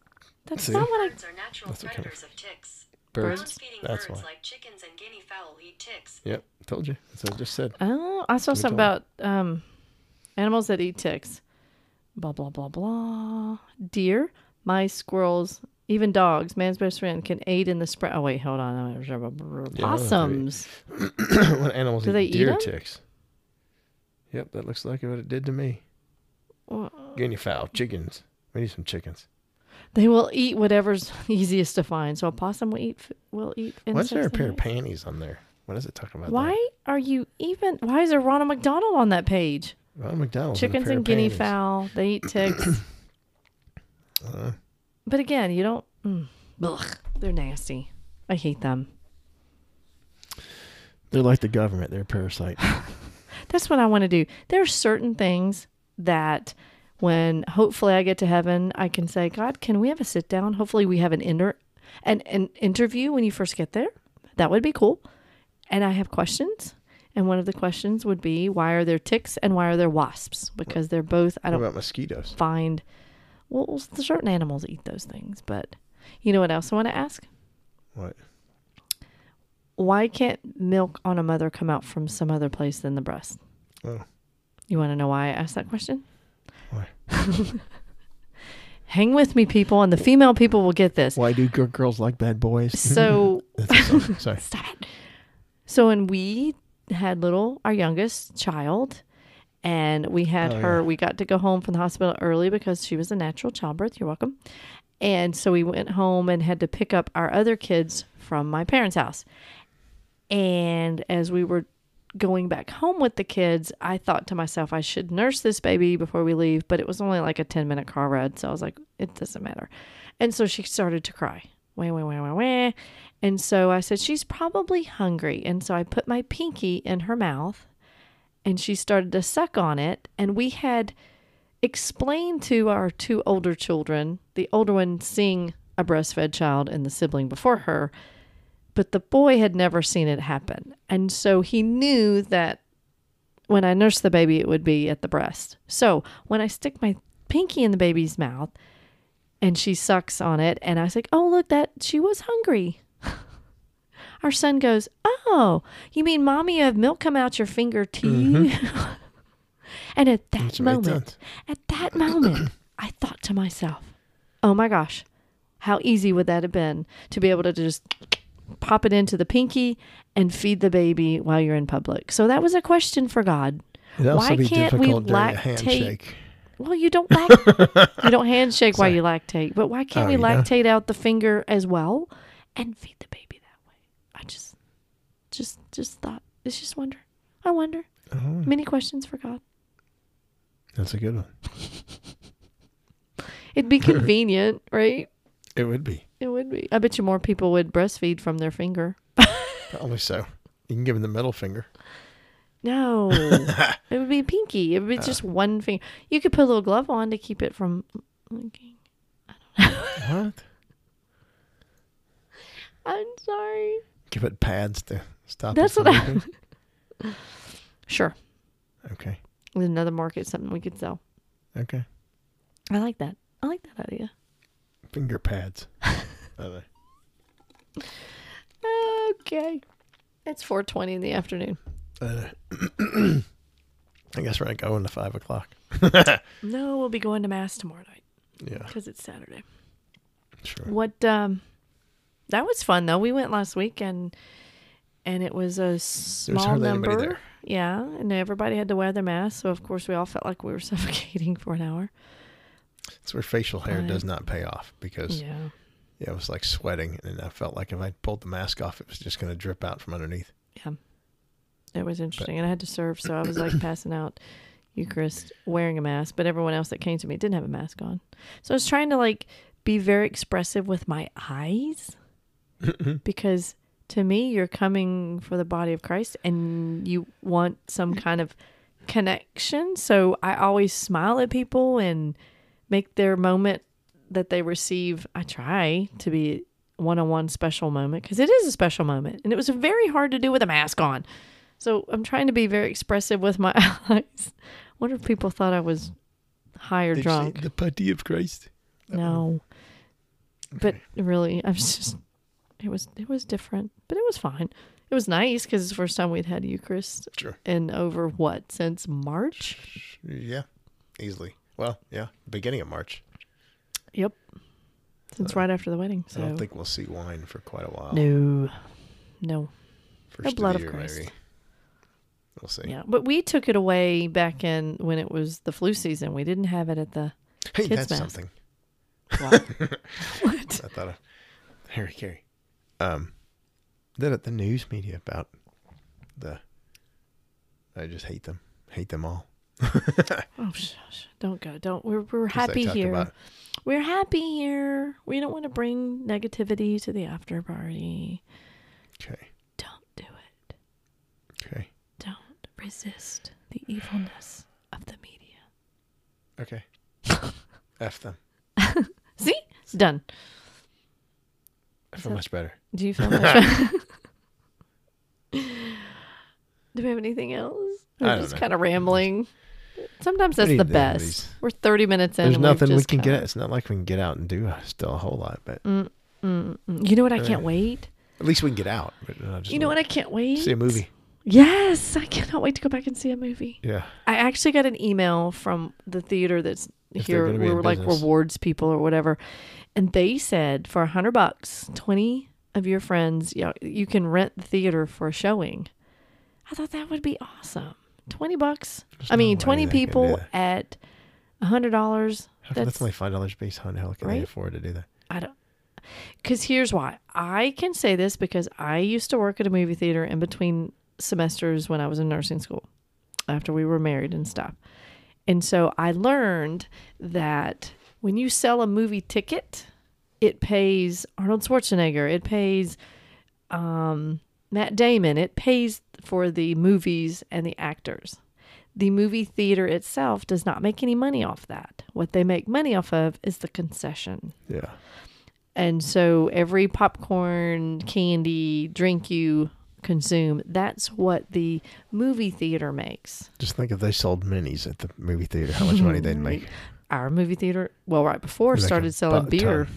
S2: That's
S1: See?
S2: not what I.
S5: Birds are natural
S1: That's what kind of-
S5: predators of ticks.
S1: Birds.
S5: Ground-feeding
S1: That's
S5: birds
S1: why.
S5: like chickens and guinea fowl eat ticks.
S1: Yep, told you. That's what I just said.
S2: Oh, I saw something about um, animals that eat ticks. Blah blah blah blah. Deer, mice, squirrels, even dogs. Man's best friend can aid in the spread. Oh wait, hold on. Possums.
S1: *coughs* what animals
S2: Do
S1: eat
S2: they eat
S1: deer
S2: 'em?
S1: ticks? Yep, that looks like what it did to me. Guinea fowl, chickens. We need some chickens.
S2: They will eat whatever's *laughs* easiest to find. So a possum will eat. f- Will eat.
S1: Why is there
S2: insects
S1: a
S2: and
S1: pair
S2: eat-
S1: of panties on there? What is it talking about?
S2: Why are you even? Why is there Ronald McDonald on that page?
S1: There? Ronald McDonald's. in a
S2: Chickens
S1: pair
S2: and
S1: of
S2: guinea
S1: panties.
S2: fowl. They eat ticks.
S1: *coughs*
S2: but again, you don't. Mm, Ugh, they're nasty. I hate them.
S1: They're like the government. They're a *laughs* parasite.
S2: That's what I want to do. There are certain things that when hopefully I get to heaven, I can say, God, can we have a sit down? Hopefully we have an inter an, an interview when you first get there. That would be cool. And I have questions. And one of the questions would be, why are there ticks and why are there wasps? Because they're both I
S1: what
S2: don't
S1: about mosquitoes?
S2: find well certain animals eat those things, but you know what else I want to ask?
S1: What?
S2: Why can't milk on a mother come out from some other place than the breast?
S1: Oh,
S2: You want to know why I asked that question?
S1: why?
S2: Hang with me, people, and the female people will get this.
S1: Why do gir- girls like bad boys?
S2: *laughs* So,
S1: *laughs* That's a
S2: *laughs*
S1: song. Sorry.
S2: so when we had little, our youngest child, and we had her, we got to go home from the hospital early because she was a natural childbirth. You're welcome. And so we went home and had to pick up our other kids from my parents' house. And as we were going back home with the kids, I thought to myself, I should nurse this baby before we leave, but it was only like a 10 minute car ride. So I was like, it doesn't matter. And so she started to cry. Wah, wah, wah, wah, wah. And so I said, she's probably hungry. And so I put my pinky in her mouth and she started to suck on it. And we had explained to our two older children, the older one seeing a breastfed child and the sibling before her, but the boy had never seen it happen. And so he knew that when I nursed the baby, it would be at the breast. So when I stick my pinky in the baby's mouth and she sucks on it, and I was like, oh, look, that she was hungry. *laughs* Our son goes, Oh, you mean mommy, you have milk come out your finger to you? *laughs* and at that
S1: Which made
S2: moment,
S1: sense.
S2: at that moment, I thought to myself, Oh my gosh, how easy would that have been to be able to just pop it into the pinky and feed the baby while you're in public? So that was a question for God.
S1: It'd also
S2: Why
S1: be
S2: can't we
S1: difficult during a
S2: lactate?
S1: handshake.
S2: Well, you don't
S1: *laughs*
S2: lact- you don't handshake while you lactate, but why can't
S1: Oh,
S2: we
S1: yeah.
S2: lactate out the finger as well and feed the baby that way? I just, just, just thought. It's just wonder. I wonder.
S1: Uh-huh.
S2: Many questions for God.
S1: That's a good one.
S2: It'd
S1: *laughs*
S2: be convenient, right?
S1: It would be.
S2: It would be. I bet you more people would breastfeed from their finger.
S1: Probably so. You can give him the middle finger. *laughs*
S2: No, it would be pinky. It would be
S1: Uh.
S2: just one finger. You could put a little glove on to keep it from.
S1: What?
S2: I'm sorry.
S1: Give it pads to stop. it
S2: That's
S1: from
S2: what I- *laughs*
S1: leaking?
S2: Sure,
S1: Okay.
S2: there's another market, something we could sell.
S1: Okay.
S2: I like that. I like that idea.
S1: Finger pads. *laughs* Are they?
S2: Okay. It's 4:20 in the afternoon.
S1: I guess we're not going to five o'clock.
S2: No, we'll be going to mass tomorrow night
S1: Yeah,
S2: because it's Saturday.
S1: sure.
S2: What um that was fun though. We went last week and and it was a small
S1: hardly anybody
S2: number.
S1: there.
S2: Yeah, and everybody had to wear their mask, so of course we all felt like we were *laughs* suffocating for an hour.
S1: It's where facial hair does not pay off because
S2: Yeah.
S1: yeah, it was like sweating, and I felt like if I pulled the mask off, it was just going to drip out from underneath.
S2: Yeah. It was interesting. and I had to serve, so I was like passing out Eucharist wearing a mask, but everyone else that came to me didn't have a mask on. So I was trying to like be very expressive with my
S1: *laughs*
S2: eyes because to me, you're coming for the body of Christ and you want some kind of connection. So I always smile at people and make their moment that they receive. I try to be one on one special moment because it is a special moment and it was very hard to do with a mask on. So I'm trying to be very expressive with my *laughs* eyes. Wonder if people thought I was high or
S1: Did you see
S2: drunk.
S1: the body of Christ.
S2: No. But really, I was just it was it was different, but it was fine. It was nice because it's the first time we'd had Eucharist
S1: Sure.
S2: in over what since March.
S1: Yeah, easily. Well, yeah, beginning of March.
S2: Yep, since right after the wedding. So
S1: I don't think we'll see wine for quite a while.
S2: no, no,
S1: First of
S2: blood
S1: the
S2: of
S1: year,
S2: Christ.
S1: maybe. We'll see.
S2: yeah. But we took it away back in when it was the flu season. We didn't have it at the
S1: Hey,
S2: Kids
S1: that's
S2: mask.
S1: something. *laughs*
S2: what? what?
S1: I thought of Harry Carey. Um, then at the news media about the. I just hate them. Hate them all.
S2: Oh, shush. don't go. Don't. We're we're
S1: 'Cause they
S2: happy
S1: talk
S2: here.
S1: about-
S2: We're happy here. We don't want to bring negativity to the after party.
S1: Okay.
S2: Don't do it.
S1: Okay.
S2: Don't resist the evilness of the media. *laughs*
S1: Okay. F them.
S2: See? It's done.
S1: I feel much better.
S2: Do
S1: *laughs*
S2: you feel much better? Do we have anything else? We're
S1: I don't
S2: just
S1: know.
S2: kind of rambling. Sometimes that's
S1: need
S2: the
S1: to do
S2: best.
S1: these.
S2: We're 30 minutes in.
S1: There's
S2: and we've
S1: nothing we
S2: just Mm.
S1: can
S2: kinda-
S1: get. It's not like we can get out and do still a whole lot, but
S2: You know what? I can't wait.
S1: at least we can get out. But I just
S2: You know
S1: don't
S2: what? I can't wait.
S1: See a movie.
S2: Yes. I cannot wait to go back and see a movie.
S1: Yeah.
S2: I actually got an email from the theater that's
S1: If they're
S2: here.
S1: gonna be
S2: We
S1: in
S2: were like
S1: business.
S2: rewards people or whatever, and they said for a hundred bucks, twenty of your friends, you, know, you can rent the theater for a showing. I thought that would be awesome. Twenty bucks. I mean,
S1: no way
S2: twenty
S1: they can do
S2: people
S1: that.
S2: at a hundred dollars.
S1: How come
S2: That's
S1: That's only five dollars base. How in the hell can they
S2: Right?
S1: afford to do that?
S2: I don't. Because here's why I can say this because I used to work at a movie theater in between semesters when I was in nursing school after we were married and stuff. And so I learned that when you sell a movie ticket, it pays Arnold Schwarzenegger, it pays um, Matt Damon, it pays for the movies and the actors. The movie theater itself does not make any money off that. What they make money off of is the concession.
S1: Yeah.
S2: And so every popcorn, candy, drink you consume, that's what the movie theater makes.
S1: Just think if they sold minis at the movie theater, how much
S2: *laughs*
S1: money they'd make.
S2: Our movie theater, well, right before
S1: Like a
S2: started selling
S1: butt
S2: beer.
S1: ton.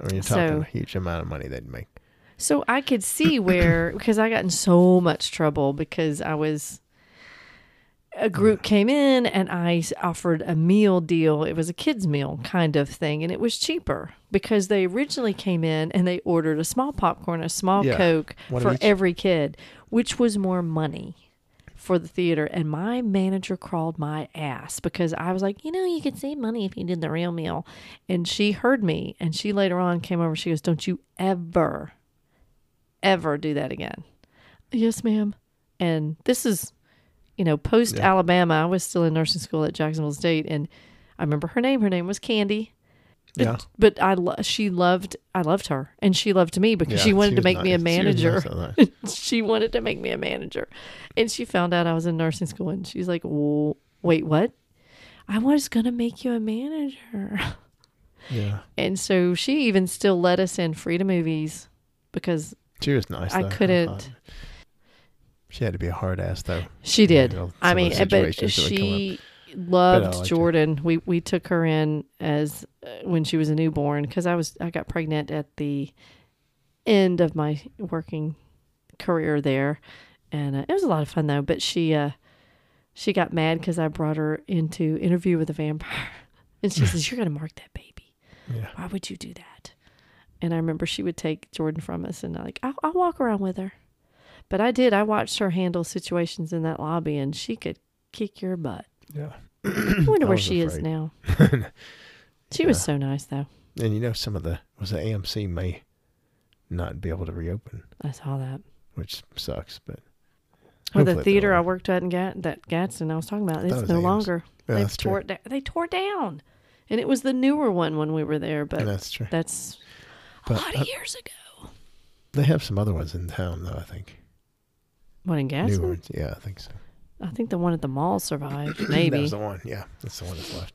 S1: I mean, you're
S2: So-
S1: talking a huge amount of money they'd make.
S2: So I could see
S1: *clears throat*
S2: where, because I got in so much trouble because I was, a group came in and I s- offered a meal deal. It was a kids' meal kind of thing, and it was cheaper because they originally came in and they ordered a small popcorn, a small
S1: Yeah.
S2: Coke
S1: One of
S2: for
S1: each.
S2: every kid, which was more money for the theater. And my manager crawled my ass because I was like, you know, you could save money if you did the real meal. And she heard me and she later on came over. She goes, don't you ever, ever do that again. Yes, ma'am. And this is, you know, post Alabama. I was still in nursing school at Jacksonville State, and I remember her name. Her name was Candy.
S1: Yeah.
S2: But I, lo- she loved, I loved her, and she loved me because
S1: Yeah,
S2: she wanted to
S1: was
S2: make me a
S1: nice. She
S2: manager.
S1: was nice on that.
S2: *laughs* she wanted to make me a manager, and she found out I was in nursing school, and she's like, "Wh- "Wait, what? I was gonna make you a manager." *laughs*
S1: yeah.
S2: And so she even still let us in free to movies because
S1: She was nice.
S2: I
S1: though.
S2: couldn't.
S1: thought. She had to be a hard ass though.
S2: She did.
S1: know, some
S2: I
S1: of the
S2: mean, uh, but
S1: situations that would come
S2: she
S1: But uh, I
S2: loved
S1: liked her.
S2: Jordan. We we took her in as uh, when she was a newborn because I was I got pregnant at the end of my working career there, and uh, it was a lot of fun though. But she uh, she got mad because I brought her into Interview with a Vampire, *laughs* and
S1: *laughs*
S2: she says, "You're gonna mark that baby.
S1: Yeah.
S2: Why would you do that?" And I remember she would take Jordan from us, and like I'll, I'll walk around with her. But I did. I watched her handle situations in that lobby, and she could kick your butt.
S1: Yeah.
S2: I wonder where
S1: was
S2: she is
S1: afraid. *laughs*
S2: now. she was so nice, though.
S1: And you know some of the was the AMC may not be able to reopen,
S2: I saw that.
S1: which sucks, but
S2: Or
S1: hopefully
S2: the
S1: they'll-
S2: theater I worked at in Gat- that Gadsden I was talking about.
S1: was
S2: It's no
S1: Ames.
S2: longer.
S1: Yeah,
S2: they
S1: that's true.
S2: tore it down. They tore it down, and it was the newer one when we were there. But
S1: That's true.
S2: that's a
S1: But, uh,
S2: lot of years ago.
S1: They have some other ones in town though, I think.
S2: What in
S1: New
S2: Gadsden?
S1: ones. Yeah, I think so.
S2: I think the one at the mall survived.
S1: *clears throat* That
S2: Maybe
S1: was the one. Yeah. That's the one that's left.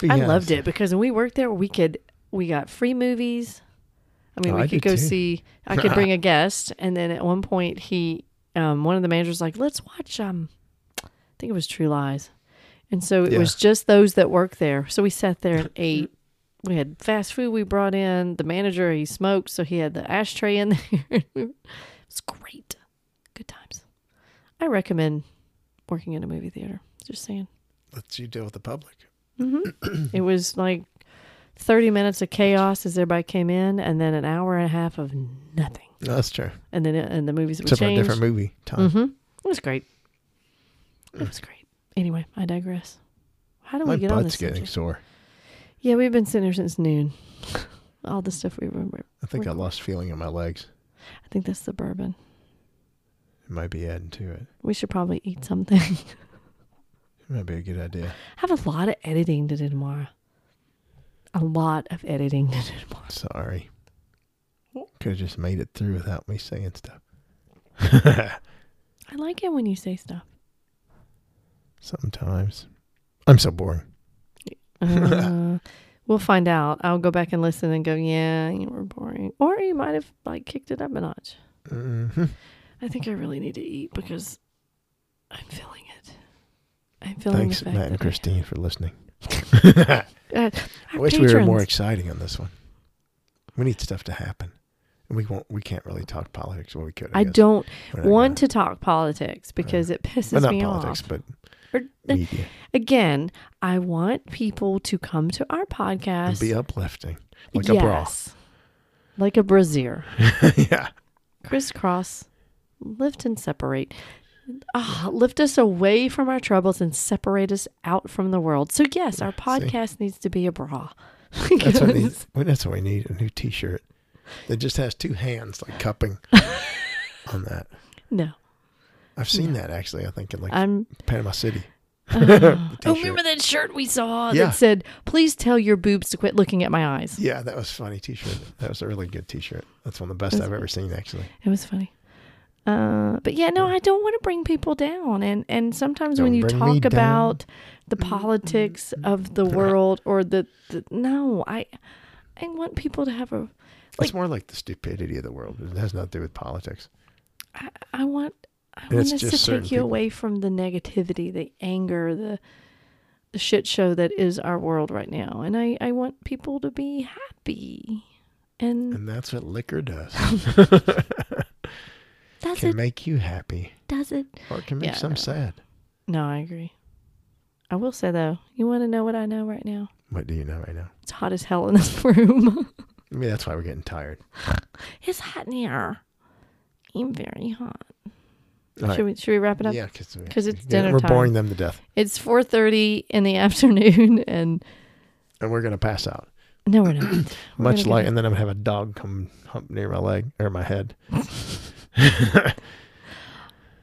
S1: But
S2: I
S1: yeah,
S2: loved
S1: so-
S2: it because when we worked there, we could we got free movies. I mean,
S1: Oh,
S2: we
S1: I
S2: could
S1: did
S2: go
S1: too.
S2: see. I could
S1: *laughs*
S2: bring a guest, and then at one point, he, um, one of the managers, was like, let's watch. Um, I think it was True Lies, and so it
S1: Yeah.
S2: was just those that work there. So we sat there
S1: *laughs*
S2: and ate. We had fast food. We brought in the manager. He smoked, so he had the ashtray in *laughs* there. it was great. Good times. I recommend working in a movie theater. Just saying.
S1: Let's you deal with the public.
S2: It was like 30 minutes of chaos as everybody came in, and then an hour and a half of nothing.
S1: No, that's true.
S2: And then and the movies that we
S1: Except for a
S2: changed. Mm-hmm.
S1: different movie time.
S2: It was great. It was great. Anyway, I digress. How do
S1: My
S2: we get on
S1: butt's
S2: this?
S1: getting
S2: subject?
S1: sore.
S2: Yeah, we've been sitting here since noon. *laughs* All the stuff we remember.
S1: I think I lost feeling in my legs.
S2: I think that's the bourbon.
S1: It might be adding to it.
S2: We should probably eat something. *laughs* I
S1: It might be a good idea.
S2: have a lot of editing to do tomorrow. A lot of editing to do tomorrow.
S1: Sorry. Could have just made it through without me saying stuff.
S2: I like it when you say stuff.
S1: *laughs* Sometimes. I'm so boring.
S2: Uh, we'll find out. I'll go back and listen and go, yeah, you were boring. Or you might have like kicked it up a notch.
S1: hmm
S2: I think I really need to eat because I'm feeling it. I'm feeling
S1: Thanks,
S2: the fact
S1: Matt and
S2: that
S1: Christine, for listening.
S2: I, uh,
S1: I
S2: our
S1: wish we were more
S2: patrons.
S1: exciting on this one. We need stuff to happen. And we won't we can't really talk politics well we could. I,
S2: I
S1: guess.
S2: don't
S1: We're not
S2: want to talk politics because it pisses
S1: Well, not
S2: me
S1: politics,
S2: off. *laughs*
S1: but
S2: Or-
S1: media.
S2: again, I want people to come to our podcast.
S1: And be
S2: *laughs*
S1: uplifting. Like a bra.
S2: yes. Like a brazier.
S1: *laughs* yeah.
S2: crisscross, lift and separate. Ah, lift us away from our troubles and separate us out from the world. So yes,
S1: *laughs*
S2: our podcast needs to be a bra.
S1: That's what,
S2: *laughs*
S1: we need.
S2: Because-
S1: well, that's what we need, a new
S2: *laughs*
S1: t shirt that just has two hands like cupping on that.
S2: no,
S1: I've seen that actually. I think in like
S2: I'm.
S1: Panama City.
S2: Oh, remember that shirt we saw
S1: Yeah.
S2: that said, "Please tell your boobs to quit looking at my eyes."
S1: Yeah, that was a funny T-shirt. That was a really good T-shirt. That's one of the best I've ever seen, actually.
S2: It was funny. Uh, but yeah, no, I don't want to bring people down, and and sometimes when
S1: Don't
S2: you
S1: bring me
S2: talk
S1: down.
S2: about the politics of
S1: *laughs*
S2: the world or the, the no, I I want people to have a
S1: it's more like the stupidity of the world. It has nothing to do with politics.
S2: I want I
S1: it's
S2: want us to
S1: just
S2: take you
S1: certain people.
S2: away from the negativity, the anger, the the shit show that is our world right now, and I I want people to be happy, and
S1: And that's what liquor
S2: *laughs*
S1: does. *laughs*
S2: does
S1: can
S2: it
S1: make you happy,
S2: does it
S1: or it can make
S2: Yeah,
S1: some
S2: no.
S1: sad.
S2: No, I agree. I will say though, you want to know what I know right now?
S1: What do you know right now?
S2: It's hot as hell in this *laughs* room.
S1: I mean, that's why we're getting tired.
S2: it's hot in here. I'm very hot.
S1: All right.
S2: Should we should we wrap it up?
S1: yeah, because
S2: 'Cause it's dinner
S1: We're
S2: time.
S1: boring them to death,
S2: It's four thirty in the *laughs* afternoon, and
S1: and we're gonna pass out.
S2: no, we're not. We're
S1: *clears throat* Much
S2: gonna
S1: like, and then I'm gonna have a dog come hump near my leg or my head.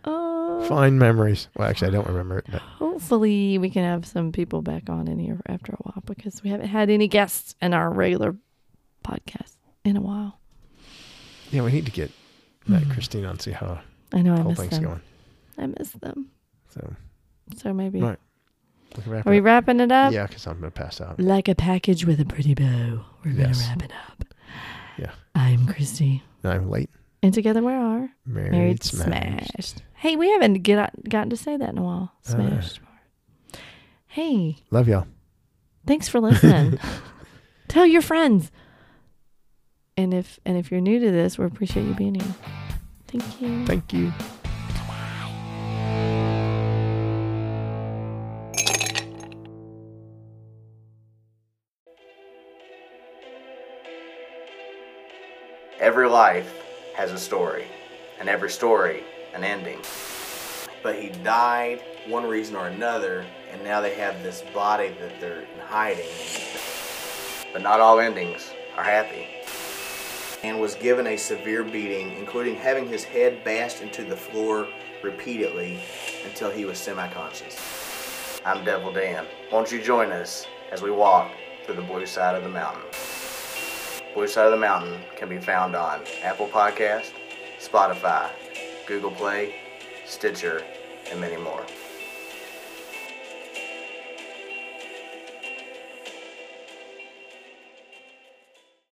S2: go- Uh,
S1: Fine memories. Well, actually, I don't remember it, but
S2: hopefully, we can have some people back on in here after a while because we haven't had any guests in our regular podcast in a while.
S1: yeah, we need to get Matt and Christine on see how
S2: I know Hmm. I
S1: the whole
S2: miss
S1: thing's
S2: them.
S1: going.
S2: I miss them.
S1: So
S2: So maybe
S1: Right. we can wrap
S2: are
S1: it
S2: we
S1: up.
S2: wrapping it up?
S1: Yeah, because I'm gonna pass out.
S2: Like a package with a pretty bow. We're
S1: Yes.
S2: gonna wrap it up.
S1: Yeah.
S2: I'm Christy.
S1: And I'm late.
S2: And together we are
S1: Married,
S2: married
S1: smashed. Uh.
S2: smashed. Hey, we haven't get gotten to say that in a while. Smashed. hey,
S1: Love y'all.
S2: thanks for listening. Tell your friends. And if and if you're new to this, we appreciate you being here. Thank you.
S1: Thank you.
S6: Every life has a story, and every story an ending. But he died one reason or another, and now they have this body that they're hiding. But not all endings are happy. And was given a severe beating, including having his head bashed into the floor repeatedly until he was semi conscious. I'm Devil Dan. Won't you join us as we walk through the blue side of the mountain? Blue Side of the Mountain can be found on Apple Podcast, Spotify, Google Play, Stitcher, and many more.